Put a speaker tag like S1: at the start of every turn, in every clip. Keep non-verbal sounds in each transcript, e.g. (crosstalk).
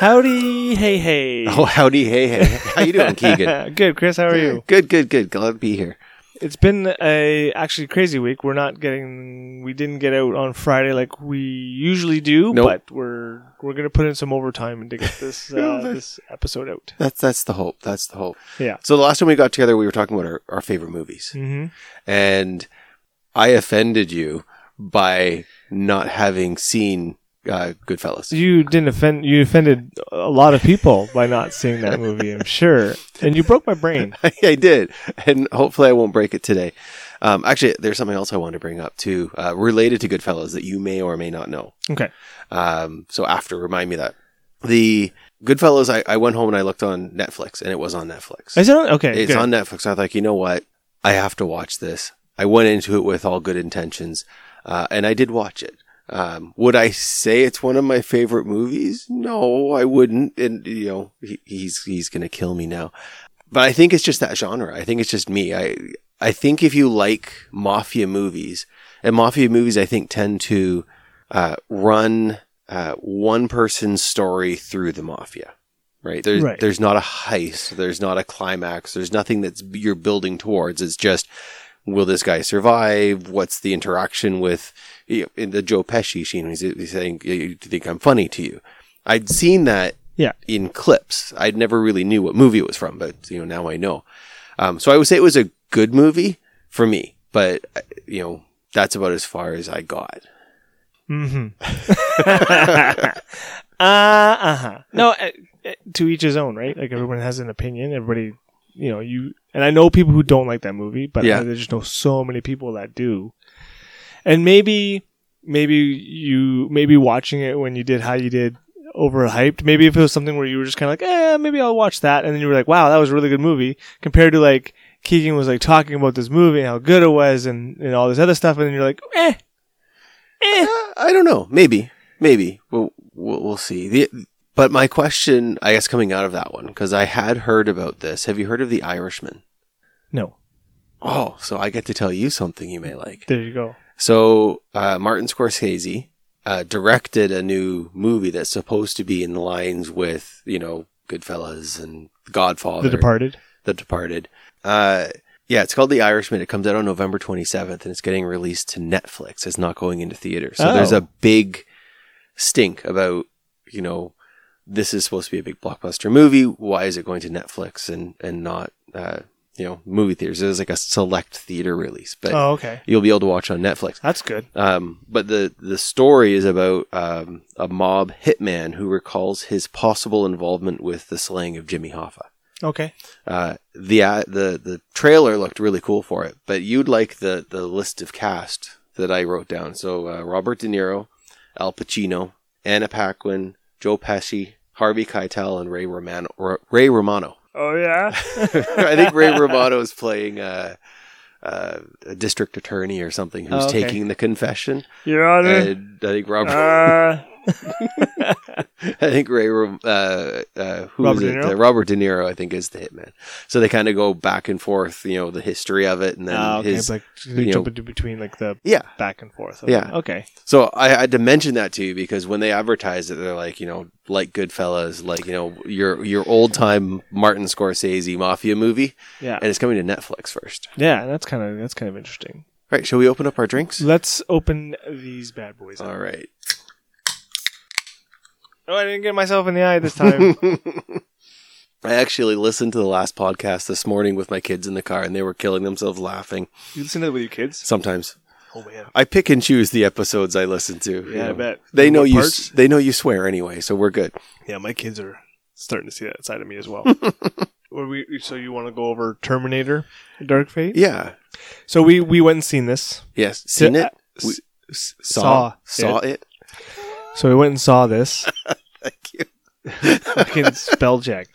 S1: Howdy, hey, hey.
S2: (laughs) Oh, howdy, hey, hey. How you (laughs) doing,
S1: (laughs)
S2: Keegan?
S1: Good, Chris. How are you?
S2: Good, good, good. Glad to be here.
S1: It's been a actually crazy week. We're not getting, we didn't get out on Friday like we usually do,
S2: Nope.
S1: but we're we're gonna put in some overtime to get this uh,
S2: No, that-
S1: this episode out.
S2: That's that's the hope. That's the hope.
S1: Yeah.
S2: So the last time we got together, we were talking about our, our favorite movies,
S1: Mm-hmm.
S2: and I offended you by not having seen uh, Goodfellas. (laughs)
S1: You didn't offend. You offended a lot of people by not seeing that movie. I'm sure, and you broke my
S2: (laughs)
S1: brain.
S2: I did, and hopefully I won't break it today. Um, actually, there's something else I wanted to bring up too, uh, related to Goodfellas that you may or may not know.
S1: Okay.
S2: Um, so after, remind me that the Goodfellas. I, I went home and I looked on Netflix, and it was on Netflix.
S1: Is it on? Okay.
S2: it's
S1: good.
S2: on Netflix. I was like, you know what? I have to watch this. I went into it with all good intentions, uh, and I did watch it. Um, would I say it's one of my favorite movies? No, I wouldn't. And you know, he, he's he's gonna kill me now. But I think it's just that genre. I think it's just me. I I think if you like mafia movies, and mafia movies, I think tend to uh, run uh, one person's story through the mafia. Right? There's,
S1: Right.
S2: there's not a heist. There's not a climax. There's nothing that's you're building towards. It's just, will this guy survive? What's the interaction with you know, in the Joe Pesci scene? He's, he's saying, "Do you think I'm funny to you?" I'd seen that
S1: Yeah.
S2: in clips. I never really knew what movie it was from, but you know now I know. Um, so I would say it was a good movie for me, but uh, you know that's about as far as I got.
S1: Mm-hmm. uh huh. No, uh, uh, to each his own, right? Like everyone has an opinion. Everybody, you know, you and I know people who don't like that movie, but
S2: Yeah.
S1: I just know so many people that do. And maybe, maybe you, maybe watching it when you did how you did overhyped. Maybe if it was something where you were just kind of like, eh, maybe I'll watch that, and then you were like, wow, that was a really good movie compared to like Keegan was like talking about this movie and how good it was and and all this other stuff, and then you're like, eh, eh.
S2: Uh, I don't know. Maybe, maybe we'll we'll, we'll see. The, but my question, I guess, coming out of that one because I had heard about this. Have you heard of The Irishman?
S1: No,
S2: Oh, so I get to tell you something you may like.
S1: there you go.
S2: So uh, Martin Scorsese uh, directed a new movie that's supposed to be in lines with you know Goodfellas and Godfather,
S1: The Departed.
S2: The Departed. Uh, yeah, it's called The Irishman. It comes out on November 27th, and it's getting released to Netflix. It's not going into theaters. So
S1: Oh.
S2: there's a big stink about you know this is supposed to be a big blockbuster movie. Why is it going to Netflix and and not uh, you know movie theaters? It was like a select theater release, but
S1: Oh, okay.
S2: you'll be able to watch on Netflix.
S1: That's good.
S2: Um, but the the story is about um, a mob hitman who recalls his possible involvement with the slaying of Jimmy Hoffa.
S1: Okay.
S2: Uh, the uh, the the trailer looked really cool for it, but you'd like the the list of cast that I wrote down. So uh, Robert De Niro, Al Pacino, Anna Paquin, Joe Pesci, Harvey Keitel, and Ray Romano. Ro- Ray Romano. (laughs)
S1: Oh yeah. (laughs)
S2: I think Ray Romano is playing uh, uh, a district attorney or something who's
S1: Oh, okay. Uh-huh. Oh,
S2: taking the confession.
S1: Your Uh,
S2: And I think Robert. I think Ray. Ro- Uh, uh, who
S1: Robert
S2: is
S1: De
S2: it?
S1: Niro?
S2: Uh, Robert De Niro. I think is the hitman. So they kind of go back and forth. You know the history of it, and then
S1: oh, okay.
S2: his.
S1: like
S2: you know-
S1: jump into between like the
S2: yeah.
S1: back and forth.
S2: Yeah.
S1: Okay.
S2: So I had to mention that to you because when they advertise it, they're like, you know, like Goodfellas, like you know your your old time Martin Scorsese mafia movie,
S1: Yeah.
S2: and it's coming to Netflix first.
S1: yeah. That's kind of that's kind of interesting.
S2: All right. Shall we open up our drinks?
S1: Let's open these bad boys. Up.
S2: All right.
S1: Oh, I didn't get myself in the eye this
S2: (laughs)
S1: time.
S2: I actually listened to the last podcast this morning with my kids in the car, and they were killing themselves laughing.
S1: you listen to it with your kids?
S2: Sometimes
S1: Oh man.
S2: I pick and choose the episodes I listen to. you
S1: Yeah, I
S2: know.
S1: bet.
S2: They
S1: You
S2: know
S1: what
S2: you.
S1: parts?
S2: They know you swear anyway, so we're good.
S1: Yeah, my kids are starting to see that side of me as
S2: (laughs)
S1: well. Were we, so you want to go over Terminator, Dark Fate?
S2: Yeah.
S1: So we we went and seen this.
S2: Yes. Seen
S1: Yeah,
S2: it.
S1: S-
S2: We-
S1: s-
S2: Saw.
S1: saw
S2: Saw
S1: it.
S2: it.
S1: So we went and saw this.
S2: Thank
S1: (laughs)
S2: you. (laughs)
S1: fucking spell check.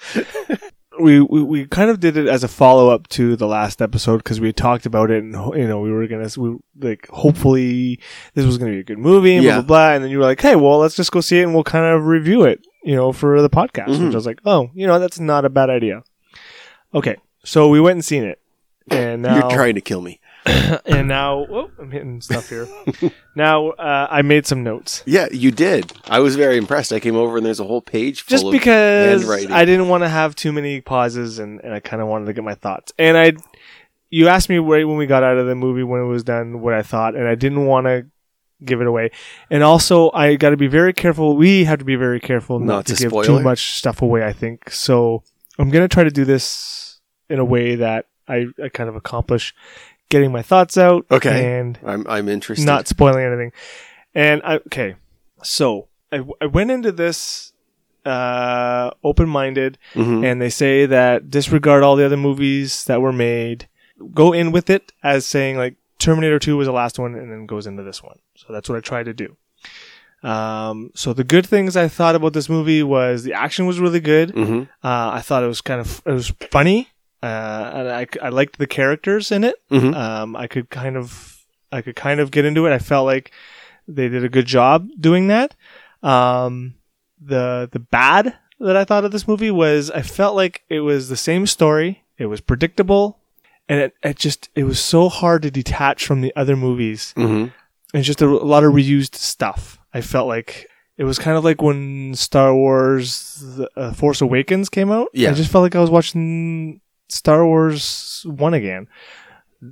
S1: We, we we kind of did it as a follow up to the last episode because we had talked about it and ho- you know we were gonna s- we like hopefully this was gonna be a good movie and
S2: Yeah.
S1: blah blah blah and then you were like hey well let's just go see it and we'll kind of review it you know for the podcast
S2: Mhm.
S1: which I was like oh you know that's not a bad idea okay so we went and seen it and now
S2: You're trying to kill me.
S1: and now oh, I'm hitting stuff
S2: (laughs)
S1: here. now uh, I made some notes
S2: Yeah, you did. I was very impressed. I came over and there's a whole page full
S1: just
S2: of
S1: because
S2: handwriting.
S1: I didn't want to have too many pauses and, and I kind of wanted to get my thoughts. And I, you asked me right when we got out of the movie when it was done what I thought, and I didn't want to give it away. And also, I got to be very careful. We have to be very careful not,
S2: Not
S1: to
S2: to
S1: give
S2: spoil
S1: too
S2: it.
S1: much stuff away. I think so. I'm gonna try to do this in a way that I, I kind of accomplish getting my thoughts out.
S2: Okay.
S1: and
S2: I'm I'm interested.
S1: not spoiling anything. And I, okay, so I, I went into this uh, open minded,
S2: Mhm.
S1: and they say that disregard all the other movies that were made, go in with it as saying like Terminator Two was the last one, and then goes into this one. So that's what I tried to do. Um, so the good things I thought about this movie was the action was really good.
S2: Mhm.
S1: Uh, I thought it was kind of it was funny. Uh, and I, I liked the characters in it
S2: Mhm.
S1: um, I could kind of I could kind of get into it. I felt like they did a good job doing that. Um, the the bad that I thought of this movie was I felt like it was the same story. It was predictable, and it, it just it was so hard to detach from the other movies.
S2: Mhm.
S1: It's just a, a lot of reused stuff. I felt like it was kind of like when Star Wars: the, uh, Force Awakens came out.
S2: Yeah.
S1: I just felt like I was watching Star Wars One again.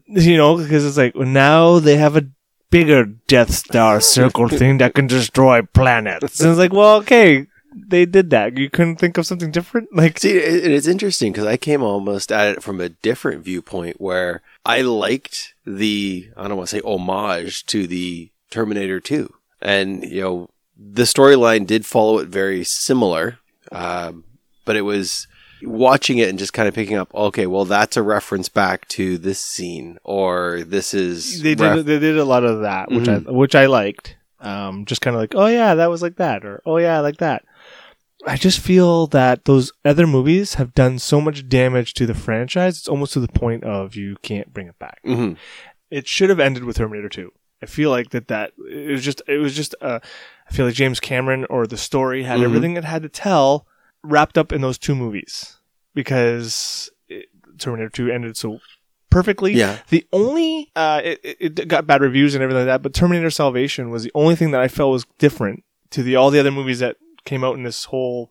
S1: You know, because it's like now they have a bigger Death Star circle thing that can destroy planets. And it's like, well, okay, they did that. You couldn't think of something different, like.
S2: See, it- it- it's interesting because I came almost at it from a different viewpoint where I liked the, I don't want to say homage to the Terminator 2. And, you know, the storyline did follow it very similar, um, but it was watching it and just kind of picking up, okay, well, that's a reference back to this scene or this is.
S1: they did
S2: ref-
S1: they did a lot of that, which I which I liked. Um, just kind of like, oh yeah, that was like that, or oh yeah, like that. I just feel that those other movies have done so much damage to the franchise. It's almost to the point of you can't bring it back.
S2: Mhm.
S1: It should have ended with Terminator Two. I feel like that that it was just it was just uh, I feel like James Cameron or the story had
S2: Mhm.
S1: everything it had to tell wrapped up in those two movies because it, Terminator Two ended so perfectly.
S2: Yeah.
S1: The only uh, it, it it got bad reviews and everything like that, but Terminator Salvation was the only thing that I felt was different to the all the other movies that came out in this whole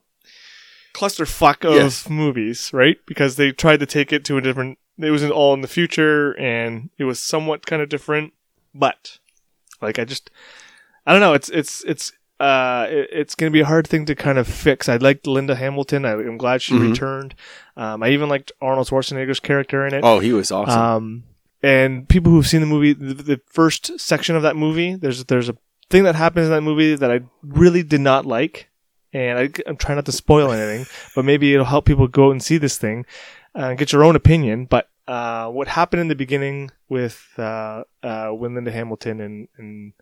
S1: clusterfuck of
S2: Yes.
S1: movies, right? Because they tried to take it to a different. It was all in the future, and it was somewhat kind of different, but like I just, I don't know. It's it's it's uh it, it's gonna be a hard thing to kind of fix. I liked Linda Hamilton. I, I'm glad she
S2: Mhm.
S1: returned. Um, I even liked Arnold Schwarzenegger's character in it.
S2: Oh, he was awesome.
S1: Um, and people who've seen the movie, the, the first section of that movie, there's there's a thing that happens in that movie that I really did not like, and I, I'm trying not to spoil
S2: (laughs)
S1: anything, but maybe it'll help people go and see this thing, uh, and get your own opinion. But uh, what happened in the beginning with uh, uh, when Linda Hamilton and, and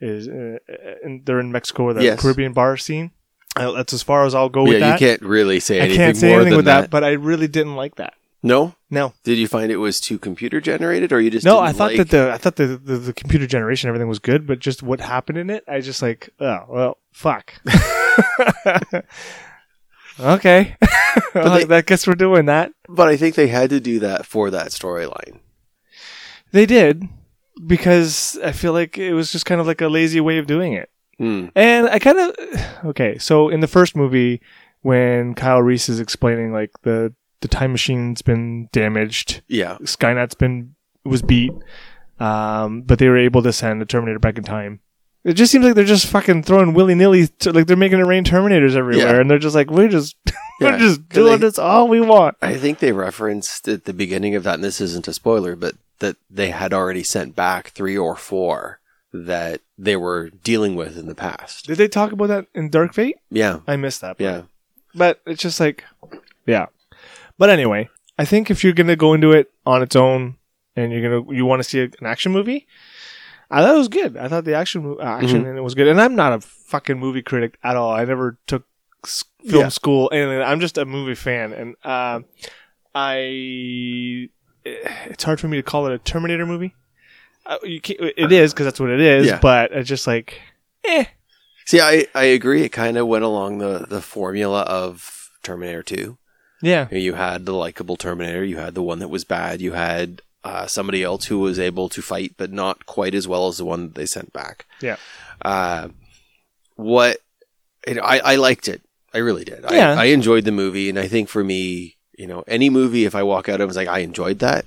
S1: is uh, and they're in Mexico with a
S2: Yes.
S1: Caribbean bar scene. Uh, that's as far as I'll go with
S2: yeah,
S1: that.
S2: you can't really say
S1: I
S2: anything
S1: can't say
S2: more
S1: anything
S2: than
S1: with
S2: that.
S1: that, but I really didn't like that.
S2: No?
S1: No.
S2: Did you find it was too computer generated or you just
S1: no
S2: didn't
S1: i thought
S2: like-
S1: that the i thought the, the the computer generation everything was good but just what happened in it i just like oh well
S2: (laughs)
S1: fuck (laughs) okay (laughs) Well,
S2: they-
S1: i guess we're doing that
S2: But I think they had to do that for that storyline.
S1: they did because i feel like it was just kind of like a lazy way of doing it
S2: Hmm.
S1: and i kind of (sighs) okay so in the first movie when kyle reese is explaining like the the time machine's been damaged
S2: Yeah.
S1: Skynet's been was beat, um, but they were able to send a Terminator back in time. It just seems like they're just fucking throwing willy nilly, like they're making it rain Terminators everywhere,
S2: Yeah.
S1: and they're just like, we're just (laughs)
S2: Yeah.
S1: we're just
S2: Do
S1: doing
S2: they-
S1: this all we want.
S2: I think they referenced at the beginning of that, and this isn't a spoiler, but that they had already sent back three or four that they were dealing with in the past.
S1: Did they talk about that in Dark Fate?
S2: Yeah.
S1: I missed that. part.
S2: Yeah.
S1: but it's just like, yeah. But anyway, I think if you're gonna go into it on its own and you're gonna you want to see an action movie, I thought it was good. I thought the action mo- uh, action
S2: Mm-hmm.
S1: in it was good. And I'm not a fucking movie critic at all. I never took s- film
S2: Yeah.
S1: school, and I'm just a movie fan. And uh, I, it's hard for me to call it a Terminator movie. Uh, you can't, it is because that's what it is.
S2: Yeah.
S1: But it's just like, eh.
S2: See, I, I agree. It kind of went along the, the formula of Terminator 2.
S1: Yeah. (laughs)
S2: You had the likable Terminator, you had the one that was bad, you had uh, somebody else who was able to fight, but not quite as well as the one that they sent back.
S1: Yeah.
S2: Uh, what you know, I, I liked it. I really did.
S1: Yeah.
S2: I, I enjoyed the movie, and I think for me, you know, any movie if I walk out of it and was like I enjoyed that,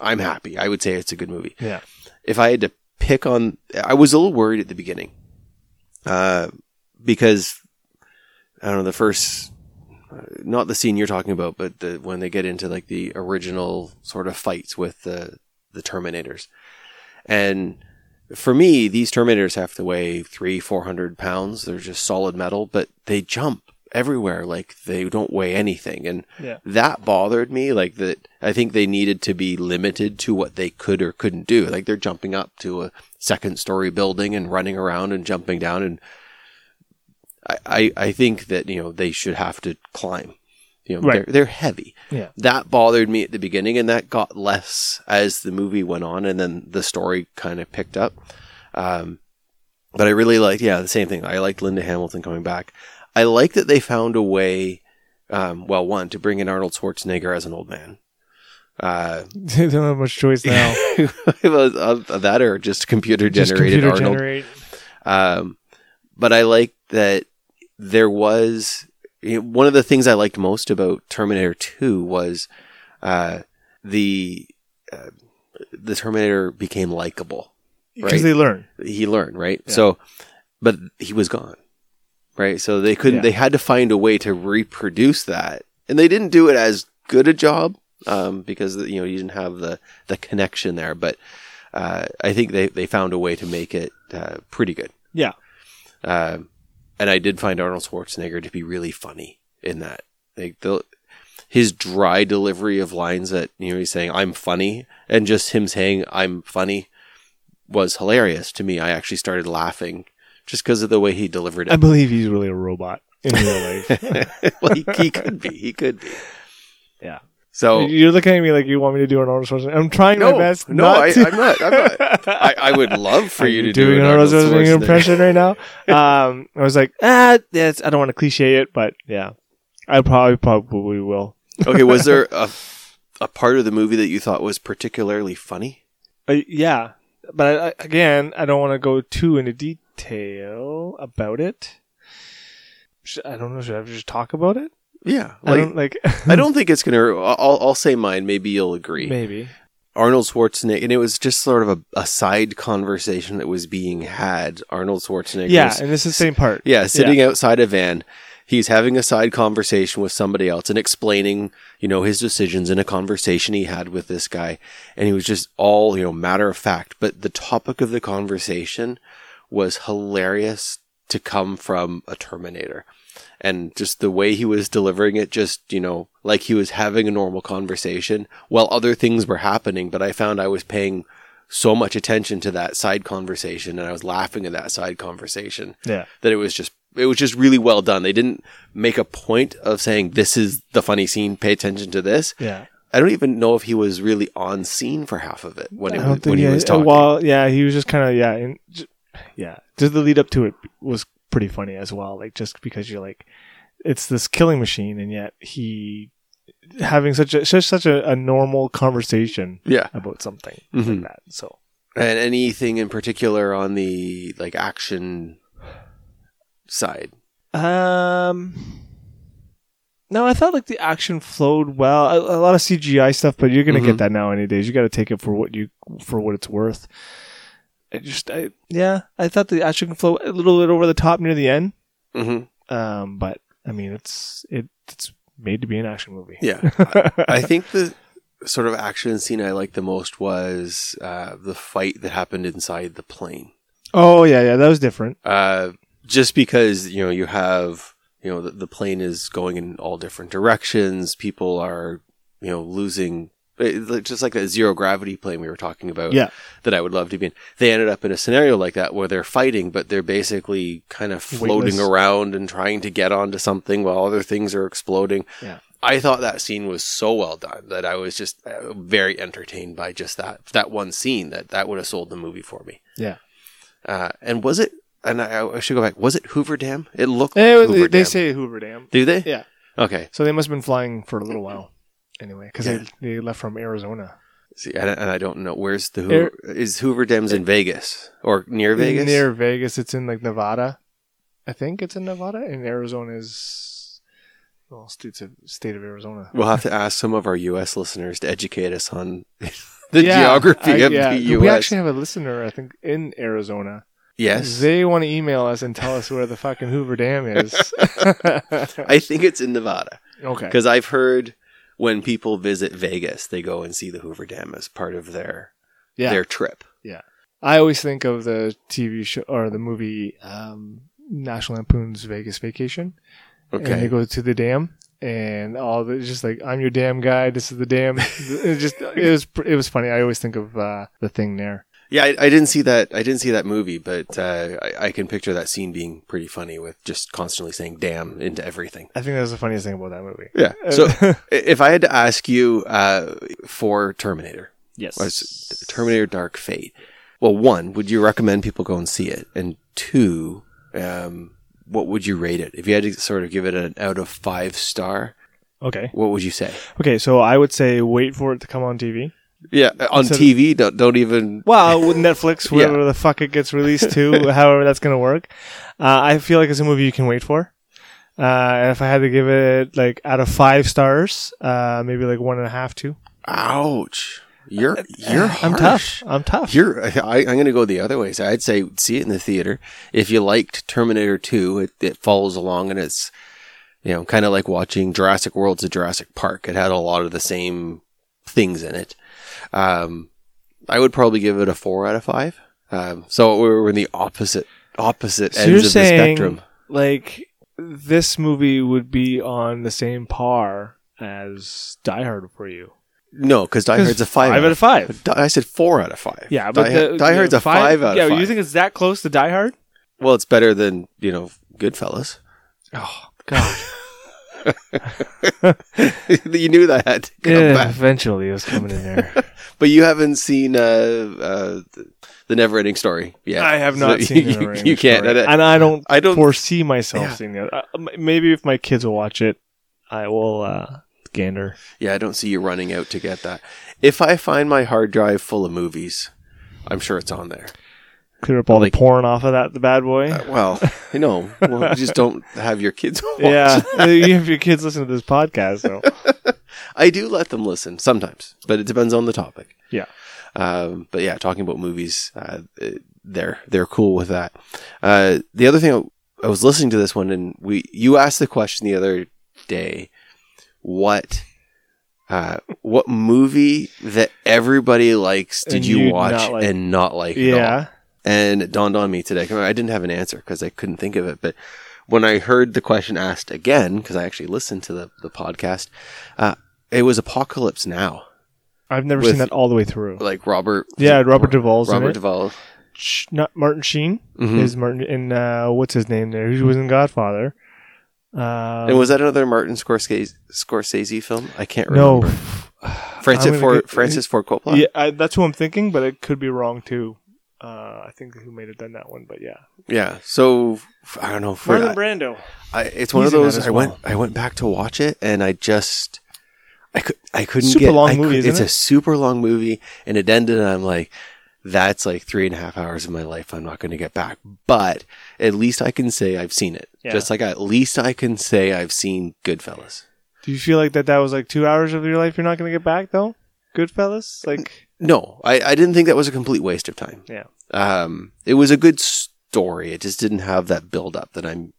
S2: I'm happy. I would say it's a good movie.
S1: Yeah.
S2: If I had to pick on, I was a little worried at the beginning, uh, because I don't know the first. uh, Not the scene you're talking about, but the when they get into like the original sort of fights with the the Terminators, and for me, these Terminators have to weigh three, four hundred pounds. They're just solid metal, but they jump everywhere like they don't weigh anything, and
S1: Yeah.
S2: that bothered me. Like that, I think they needed to be limited to what they could or couldn't do. Like they're jumping up to a second story building and running around and jumping down, and I, I, I think that you know they should have to climb. You know,
S1: Right.
S2: they're, they're heavy.
S1: Yeah.
S2: That bothered me at the beginning, and that got less as the movie went on, and then the story kind of picked up. Um, but I really liked, yeah, the same thing. I liked Linda Hamilton coming back. I like that they found a way, um, well, one, to bring in Arnold Schwarzenegger as an old man.
S1: (laughs)
S2: Uh,
S1: they don't have much choice
S2: (laughs)
S1: now.
S2: it was, uh, that or just computer
S1: Just
S2: generated
S1: computer
S2: Arnold.
S1: generate.
S2: Um, but I like that there was you know, one of the things I liked most about Terminator 2 was uh, the uh, the Terminator became likable.
S1: Because
S2: Right.
S1: they learn.
S2: He learned, right?
S1: Yeah.
S2: So, but he was gone, right? So they couldn't.
S1: Yeah.
S2: They had to find a way to reproduce that, and they didn't do it as good a job um, because you know you didn't have the the connection there. But uh, I think they they found a way to make it uh, pretty good.
S1: Yeah.
S2: Um, and I did find Arnold Schwarzenegger to be really funny in that. Like the his dry delivery of lines that you know he's saying "I'm funny" and just him saying "I'm funny" was hilarious to me. I actually started laughing just because of the way he delivered
S1: I
S2: it.
S1: believe he's really a robot in
S2: (laughs)
S1: real life.
S2: well, he, he could be. He could be.
S1: Yeah.
S2: So
S1: You're looking at me like you want me to do an Arnold Schwarzenegger. I'm trying
S2: Oh. no,
S1: my best.
S2: no,
S1: not
S2: I,
S1: to.
S2: I'm not.
S1: (laughs)
S2: I'm not. I, I would love for
S1: Are
S2: you to do an
S1: Arnold
S2: Arnold
S1: Schwarzenegger
S2: Schwarzenegger
S1: impression right now.
S2: (laughs)
S1: Um, I was like, ah, that's, I don't want to cliche it, but yeah, I probably probably will.
S2: okay, was there
S1: (laughs)
S2: a a part of the movie that you thought was particularly funny?
S1: Uh, yeah, but I, I, again, I don't want to go too into detail about it. Should, I don't know. Should I just talk about it?
S2: Yeah,
S1: I
S2: like
S1: don't like. (laughs)
S2: (laughs) I don't think it's gonna. I'll, I'll say mine. Maybe you'll agree.
S1: maybe.
S2: Arnold Schwarzenegger, and it was just sort of a, a side conversation that was being had. Arnold Schwarzenegger.
S1: Yeah, and it's the same part.
S2: Yeah, sitting outside a van. He's having a side conversation with somebody else and explaining, you know, his decisions in a conversation he had with this guy. And he was just all, you know, matter of fact. But the topic of the conversation was hilarious to come from a Terminator. And just the way he was delivering it, just, you know, like he was having a normal conversation while other things were happening. But I found I was paying so much attention to that side conversation and I was laughing at that side conversation
S1: Yeah,
S2: that it was just it was just really well done. They didn't make a point of saying this is the funny scene. Pay attention to this.
S1: yeah.
S2: I don't even know if he was really on scene for half of it when
S1: I
S2: it,
S1: don't
S2: was-
S1: think.
S2: when
S1: yeah,
S2: he was talking.
S1: Well, yeah, he was just kind of yeah, and j- yeah. Just the lead up to it was pretty funny as well. Like just because you're like, it's this killing machine, and yet he having such a such such a, a normal conversation
S2: yeah,
S1: about something
S2: Mhm.
S1: like that. So
S2: and anything in particular on the like action side?
S1: Um, no, I thought like the action flowed well. A, a lot of CGI stuff, but you're gonna
S2: Mhm.
S1: get that now any days. You got to take it for what you for what it's worth. I just, I, yeah, I thought the action flow a little bit over the top near the end.
S2: hmm
S1: Um, but I mean, it's it, it's made to be an action movie. (laughs)
S2: Yeah, I think the sort of action scene I liked the most was uh, the fight that happened inside the plane.
S1: oh yeah, yeah, that was different.
S2: Uh, just because you know you have you know the, the plane is going in all different directions people are you know losing it- just like that zero gravity plane we were talking about
S1: Yeah.
S2: that i would love to be in they ended up in a scenario like that where they're fighting but they're basically kind of floating
S1: Weightless.
S2: around and trying to get onto something while other things are exploding
S1: Yeah.
S2: i thought that scene was so well done that i was just uh, very entertained by just that that one scene that that would have sold the movie for me
S1: Yeah.
S2: uh, and was it? And I, I should go back. Was it Hoover Dam? It looked.
S1: It
S2: like
S1: was-
S2: Hoover
S1: they
S2: Dam.
S1: say Hoover Dam,
S2: Do they?
S1: Yeah.
S2: Okay.
S1: so they must have been flying for a little while anyway, because
S2: Yeah.
S1: they, they left from Arizona.
S2: See, I don't- and I don't know where's the
S1: Air-
S2: Hoover, is Hoover Dams in Vegas or near Vegas?
S1: Near Vegas, it's in like Nevada. I think it's in Nevada, and Arizona is well, states of state of Arizona.
S2: We'll have to ask some of our U.S. listeners to educate us on (laughs) the
S1: Yeah,
S2: geography
S1: I-
S2: of
S1: yeah.
S2: the U.S.
S1: We actually have a listener, I think, in Arizona.
S2: yes,
S1: They want to email us and tell us where the fucking Hoover Dam is.
S2: (laughs) I think it's in Nevada
S1: (laughs)
S2: (laughs)
S1: okay.
S2: because I've heard when people visit Vegas, they go and see the Hoover Dam as part of their
S1: Yeah.
S2: their trip.
S1: I always think of the TV show or the movie um, National Lampoon's Vegas Vacation. And they
S2: Okay,
S1: go to the dam, and all the just like I'm your damn guy. This is the
S2: (laughs)
S1: dam. it just it was pr- it was funny. I always think of uh, the thing there.
S2: yeah, I, I didn't see that. I didn't see that movie, but uh, I, I can picture that scene being pretty funny with just constantly saying "damn" into everything.
S1: I think that was the funniest thing about that movie.
S2: Yeah. So
S1: (laughs)
S2: i- if I had to ask you uh, for Terminator,
S1: yes,
S2: was Terminator Dark Fate. Well, one, would you recommend people go and see it? And two, um, what would you rate it? If you had to sort of give it an out of five star,
S1: okay,
S2: what would you say?
S1: okay. So I would say wait for it to come on TV.
S2: Yeah, on
S1: So-
S2: TV, don't, don't even.
S1: Well, with Netflix,
S2: (laughs) Yeah.
S1: wherever the fuck it gets released
S2: (laughs)
S1: to, however that's going to work. Uh, I feel like it's a movie you can wait for. Uh, and if I had to give it like out of five stars, uh, maybe like one and a half, two.
S2: Ouch. You're you're
S1: Uh, I'm
S2: harsh.
S1: tough. I'm tough.
S2: You're. I, I'm going to go the other way. So I'd say see it in the theater. If you liked Terminator Two, it, it follows along and it's, you know, kind of like watching Jurassic World to Jurassic Park. It had a lot of the same things in it. Um, I would probably give it a four out of five. Um, so we're in the opposite opposite
S1: So
S2: ends
S1: you're
S2: of
S1: saying
S2: the spectrum.
S1: like this movie would be on the same par as Die Hard for you.
S2: No, because Die
S1: 'Cause
S2: Hard's a five.
S1: Five out of five.
S2: Di- I said four out of five.
S1: Yeah, but
S2: Die,
S1: the,
S2: Die Hard's
S1: the
S2: a five, out
S1: yeah,
S2: of five.
S1: you think it's that close to Die Hard?
S2: well, it's better than you know Goodfellas.
S1: Oh God! (laughs)
S2: (laughs) you knew that (laughs) had to come
S1: yeah,
S2: back.
S1: eventually it was coming in
S2: (laughs)
S1: there.
S2: But you haven't seen uh, uh, the never ending story yet.
S1: I have
S2: So
S1: not seen
S2: (laughs) you,
S1: it. in a
S2: You can't.
S1: story.
S2: I,
S1: and I don't
S2: I (laughs) don't.
S1: foresee myself
S2: Yeah.
S1: seeing it. Uh, m- maybe if my kids will watch it, I will uh, gander.
S2: yeah, I don't see you running out to get that. If I find my hard drive full of movies, I'm sure it's on there.
S1: Clear up all
S2: Like-
S1: the porn off of that the bad boy.
S2: Uh, well, you know, well, you just don't have your kids. (laughs) Watch.
S1: yeah, (laughs) if your kids listen to this podcast,
S2: (laughs)
S1: though.
S2: I do let them listen sometimes, but it depends on the topic.
S1: Yeah.
S2: Um, but yeah, talking about movies, uh, it- they're they're cool with that. Uh, the other thing I, I was listening to this one, and we you asked the question the other day, what uh, what movie that everybody likes did
S1: And
S2: you
S1: you'd
S2: watch
S1: not like-
S2: and not like? at all?
S1: yeah.
S2: and it dawned on me today. 'cause I didn't have an answer because I couldn't think of it. But when I heard the question asked again, because I actually listened to the, the podcast, uh, it was Apocalypse Now.
S1: I've never
S2: With-
S1: seen that all the way through.
S2: Like Robert.
S1: Yeah, Robert Duvall's in
S2: Robert
S1: it.
S2: Duvall.
S1: Sh- not Martin Sheen
S2: Mhm.
S1: is Martin, and uh, what's his name there? He was in Godfather. Uh,
S2: and was that another Martin Scorsese, Scorsese film? I can't
S1: no?
S2: remember. Francis
S1: gonna
S2: Ford,
S1: get-
S2: Francis Ford
S1: (laughs)
S2: Coppola.
S1: Yeah, I, that's who I'm thinking, but it could be wrong too. Uh, I think who may have done that one, but yeah,
S2: Yeah. So I don't know. For,
S1: Marlon Brando.
S2: I, it's one
S1: He's
S2: of
S1: in that
S2: those.
S1: as
S2: I went.
S1: well.
S2: I went back to watch it, and I just, I could. I couldn't
S1: Super
S2: get.
S1: long
S2: I
S1: movie, isn't
S2: it's
S1: it?
S2: a super long movie, and it ended. And I'm like, that's like three and a half hours of my life. I'm not going to get back. But at least I can say I've seen it.
S1: Yeah.
S2: Just like at least I can say I've seen Goodfellas.
S1: Do you feel like that? That was like two hours of your life you're not going to get back though. Goodfellas, like
S2: No, I, I didn't think that was a complete waste of time.
S1: Yeah.
S2: Um, it was a good story. It just didn't have that build up that I'm.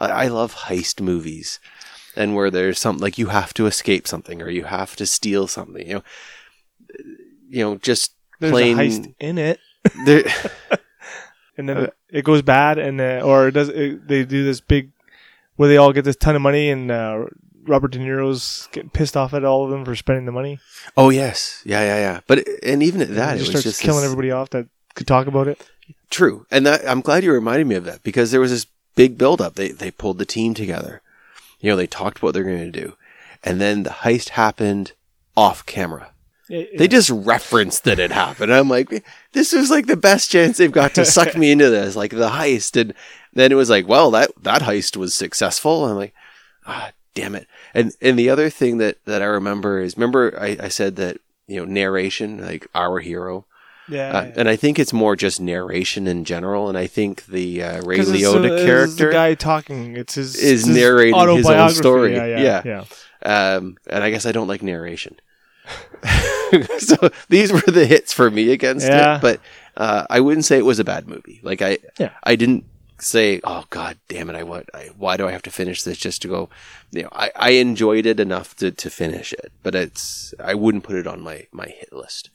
S2: I, I love heist movies, and where there's something like you have to escape something or you have to steal something. You know, you know, just (laughs)
S1: there's
S2: plain.
S1: a heist in it,
S2: there,
S1: and
S2: Uh,
S1: then it goes bad, and uh, or it does it, they do this big where they all get this ton of money and. Uh, Robert De Niro's getting pissed off at all of them for spending the money.
S2: oh yes, yeah, yeah, yeah. But and even at that,
S1: he
S2: it
S1: just
S2: was
S1: starts
S2: just
S1: killing
S2: this-
S1: everybody off that could talk about it.
S2: True, and that, I'm glad you reminded me of that because there was this big buildup. They they pulled the team together. You know, they talked what they're going to do, and then the heist happened off camera. They just referenced that it happened. I'm like, this was like the best chance they've got to suck me into this, like the heist. And then it was like, well, that that heist was successful. I'm like, ah, damn it. And and the other thing that that I remember is, remember I, I said that you know narration like our hero
S1: Yeah.
S2: uh, and i think it's more just narration in general and i think the uh, ray
S1: 'Cause it's the-
S2: liotta
S1: it's
S2: character
S1: the guy talking. It's his
S2: is
S1: it's his
S2: narrating his own
S1: autobiography.
S2: story.
S1: Yeah, yeah,
S2: Yeah.
S1: yeah.
S2: um, and i guess i don't like narration (laughs) so these were the hits for me against
S1: Yeah.
S2: it but uh, i wouldn't say it was a bad movie like i
S1: Yeah.
S2: i didn't say oh god damn it i want I, why do i have to finish this just to go you know i, I enjoyed it enough to, to finish it but it's i wouldn't put it on my my hit list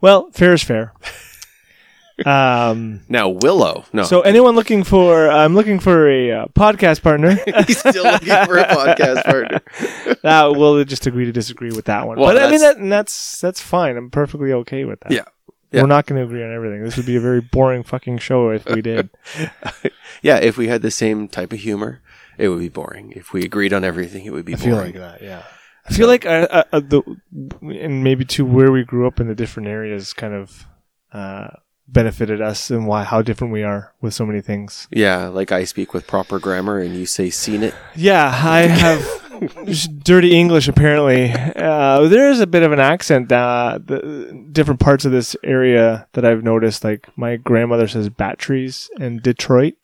S1: Well, fair is fair. (laughs) um.
S2: now willow no
S1: So anyone looking for, I'm looking for a uh, podcast
S2: (laughs)
S1: partner.
S2: (laughs)
S1: (laughs)
S2: He's still looking for a podcast partner.
S1: that we'll just agree to disagree with that one.
S2: Well,
S1: but I mean,
S2: that's-
S1: that, and that's that's fine. I'm perfectly okay with that.
S2: Yeah. Yeah.
S1: We're not going to agree on everything. This would be a very boring fucking show if we (laughs) did.
S2: Yeah, if we had the same type of humor, it would be boring. If we agreed on everything, it would be
S1: I feel
S2: boring.
S1: like that. Yeah. I feel like uh, uh, uh, the and maybe to where we grew up in the different areas kind of uh, benefited us and why how different we are with so many things.
S2: yeah, like I speak with proper grammar and you say seen it.
S1: Yeah, I have just dirty English apparently. Uh, there is a bit of an accent uh, the different parts of this area that I've noticed. Like my grandmother says batteries and Detroit.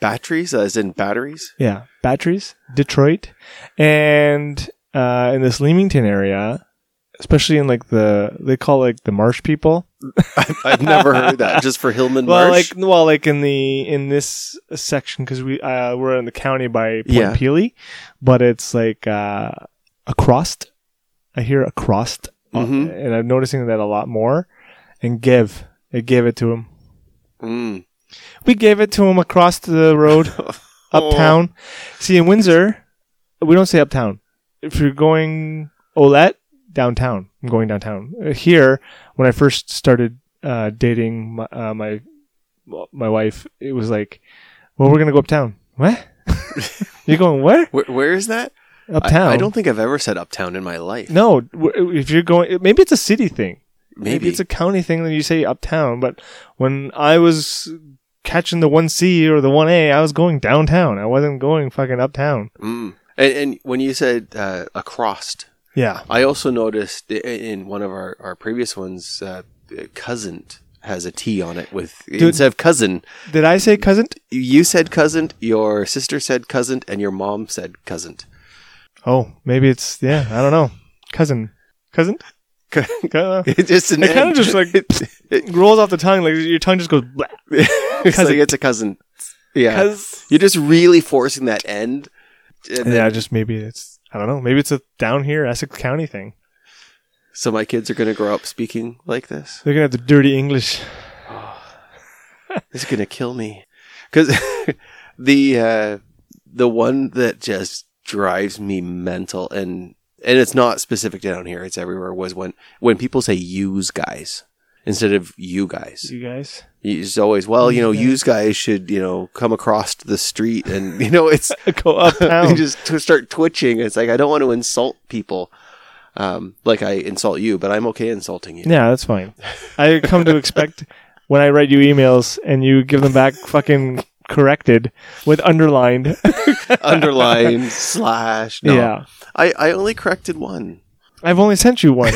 S2: Batteries, as in batteries?
S1: Yeah, batteries, Detroit, and uh, in this Leamington area, especially in like the they call like the marsh people.
S2: (laughs) I've never heard that. Just for Hillman
S1: Well,
S2: Marsh?
S1: like well, like in the in this section because we uh, we're in the county by Point
S2: Yeah.
S1: Pelee, but it's like uh, across. I hear across,
S2: Mhm.
S1: and I'm noticing that a lot more. And give, I gave it to him.
S2: Mm.
S1: We gave it to him across the road. Uptown. See, in Windsor, we don't say uptown. If you're going Olette, downtown. I'm going downtown. Uh, Here, when I first started uh, dating my, uh, my my wife, it was like, well, we're gonna go uptown. What? (laughs) you're going where?
S2: Oh. Where, where is that? I-
S1: Uptown.
S2: I, don't think I've ever said uptown in my life.
S1: No, w- if you're going, maybe it's a city thing.
S2: Maybe.
S1: it's a county thing that you say uptown. But when I was catching the one C or the one A, I was going downtown. I wasn't going fucking uptown.
S2: Mm. And, and when you said uh, across,
S1: Yeah.
S2: I also noticed i- in one of our, our previous ones, uh, cousin has a T on it with instead of cousin.
S1: Did I say cousin?
S2: You said cousin, your sister said cousin, and your mom said cousin.
S1: Oh, maybe it's yeah. I don't know. Cousin, cousin. It
S2: (laughs) It's just an
S1: It kinda
S2: (laughs) end.
S1: just, like,
S2: It's- it-
S1: rolls off the tongue like your tongue just goes. Blah.
S2: (laughs) it's
S1: Cousin.
S2: like it's a cousin. Yeah,
S1: Cause
S2: you're just really forcing that end. And then-
S1: yeah, just maybe it's I don't know. Maybe it's a down here Essex County thing.
S2: So my kids are going to grow up speaking like this.
S1: They're gonna have the dirty English.
S2: This is going to kill me because (laughs) the uh, the one that just drives me mental and and it's not specific down here; it's everywhere. Was when when people say "use guys" instead of "you guys."
S1: You guys
S2: It's always well, you know,
S1: Yeah.
S2: "use guys" should you know come across the street, and (laughs) you know it's
S1: (laughs) go
S2: (laughs) you
S1: uptown.
S2: just t- start twitching. It's like I don't want to insult people, um, like I insult you, but I'm okay
S1: (laughs)
S2: insulting you.
S1: yeah, that's fine. I come to expect when I write you emails and you give them back fucking corrected with underlined.
S2: Underline slash. No.
S1: Yeah,
S2: I, I only corrected one. (laughs)
S1: I've only sent you one.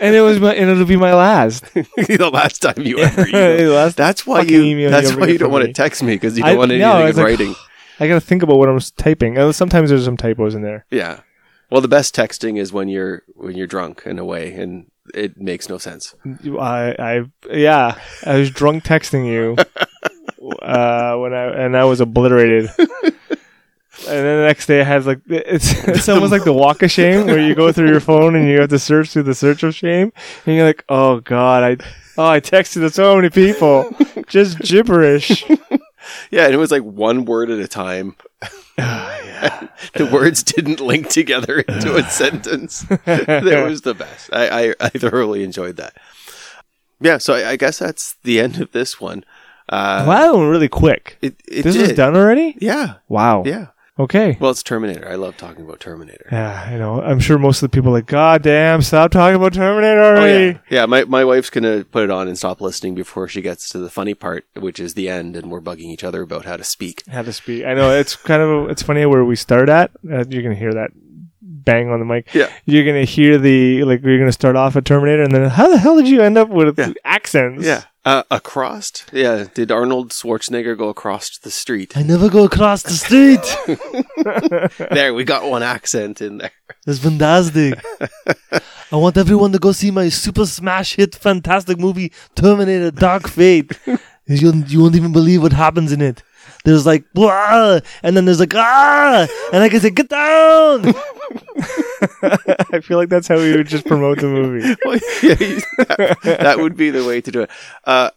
S1: And it was my, and it'll be my last.
S2: the last time
S1: (laughs)
S2: you ever emailed.
S1: last
S2: That's why
S1: Fucking
S2: you.
S1: email
S2: That's
S1: you
S2: why
S1: ever
S2: you
S1: get
S2: don't
S1: from
S2: want
S1: me.
S2: to text me because you
S1: I-
S2: don't want
S1: no,
S2: anything
S1: I
S2: in
S1: was like-
S2: writing.
S1: I gotta think about what I'm s- typing. Uh, Sometimes there's some typos in there.
S2: Yeah. Well, the best texting is when you're when you're drunk and away, and it makes no sense.
S1: You- I, I, yeah, I was drunk texting you uh, when I and I was obliterated. and then the next day, I had like it's it's almost like the walk of shame where you go through your phone and you have to search through the search of shame, and you're like, oh god, I oh I texted so many people, just gibberish.
S2: Yeah, and it was like one word at
S1: (sighs)
S2: a time. (laughs) the words didn't link together into
S1: (sighs)
S2: a sentence. (laughs) that was the best. I, I, I thoroughly enjoyed that. Yeah, so I, I guess that's the end of this one. Uh,
S1: wow, that went really quick.
S2: It, it
S1: This
S2: did.
S1: was done already.
S2: Yeah,
S1: Wow.
S2: yeah.
S1: Okay.
S2: Well, it's Terminator. I love talking about Terminator.
S1: Yeah, I know. I'm sure most of the people are like, God damn, stop talking about Terminator
S2: Oh,
S1: already.
S2: yeah. yeah, my, my wife's going to put it on and stop listening before she gets to the funny part, which is the end, and we're bugging each other about how to speak.
S1: How to speak. I know it's kind of it's funny where we start at. Uh, you can hear that bang on the mic.
S2: Yeah.
S1: You're gonna hear the like you're gonna start off at Terminator and then how the hell did you end up with
S2: Yeah.
S1: accents?
S2: Yeah. Uh, across? Yeah. Did Arnold Schwarzenegger go across
S1: (laughs)
S2: the street?
S1: I never go across the street.
S2: there, we got one accent
S1: (laughs)
S2: in there.
S1: It's fantastic. I want everyone to go see my super smash hit fantastic movie Terminator Dark Fate. You, you won't even believe what happens in it. There's like, "Wah," and then there's like, ah, and I can say, get down. (laughs) I feel like that's how we would just promote the movie.
S2: Well, yeah, you- (laughs) that, that would be the way to do it. Uh,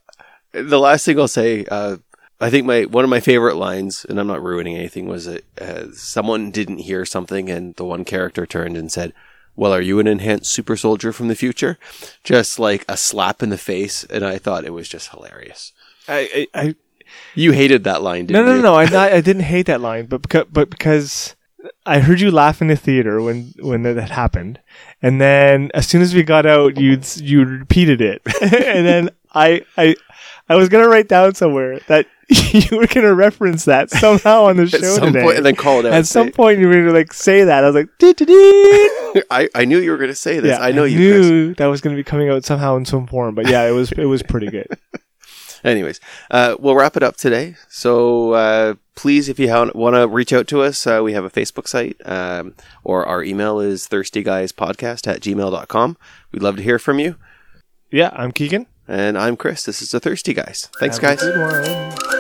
S2: the last thing I'll say, uh, I think my one of my favorite lines, and I'm not ruining anything, was that uh, someone didn't hear something, and the one character turned and said, "Well, are you an enhanced super soldier from the future?" Just like a slap in the face, and I thought it was just hilarious.
S1: I, I, I
S2: You hated that line,
S1: no,
S2: didn't
S1: no,
S2: you?
S1: no, no. I, not, I didn't hate that line, but because, but because I heard you laugh in the theater when when that, that happened, and then as soon as we got out, you you repeated it, (laughs) and then I I I was gonna write down somewhere that (laughs) you were gonna reference that somehow on the show
S2: At some
S1: today.
S2: point, and then called out.
S1: At some point, you were gonna like say that. I was like, dee dee
S2: (laughs)
S1: dee.
S2: I, I knew you were going to say this. I know you. Chris.
S1: knew that was gonna be coming out somehow in some form, but yeah, it was it was pretty
S2: (laughs)
S1: good.
S2: Anyways, uh, we'll wrap it up today. So uh, please, if you want to reach out to us, uh, we have a Facebook site um, or our email is thirstyguyspodcast at gmail.com. We'd love to hear from you.
S1: Yeah, I'm Keegan.
S2: And I'm Chris. This is The Thirsty Guys. Thanks,
S1: Have a
S2: guys.
S1: good one.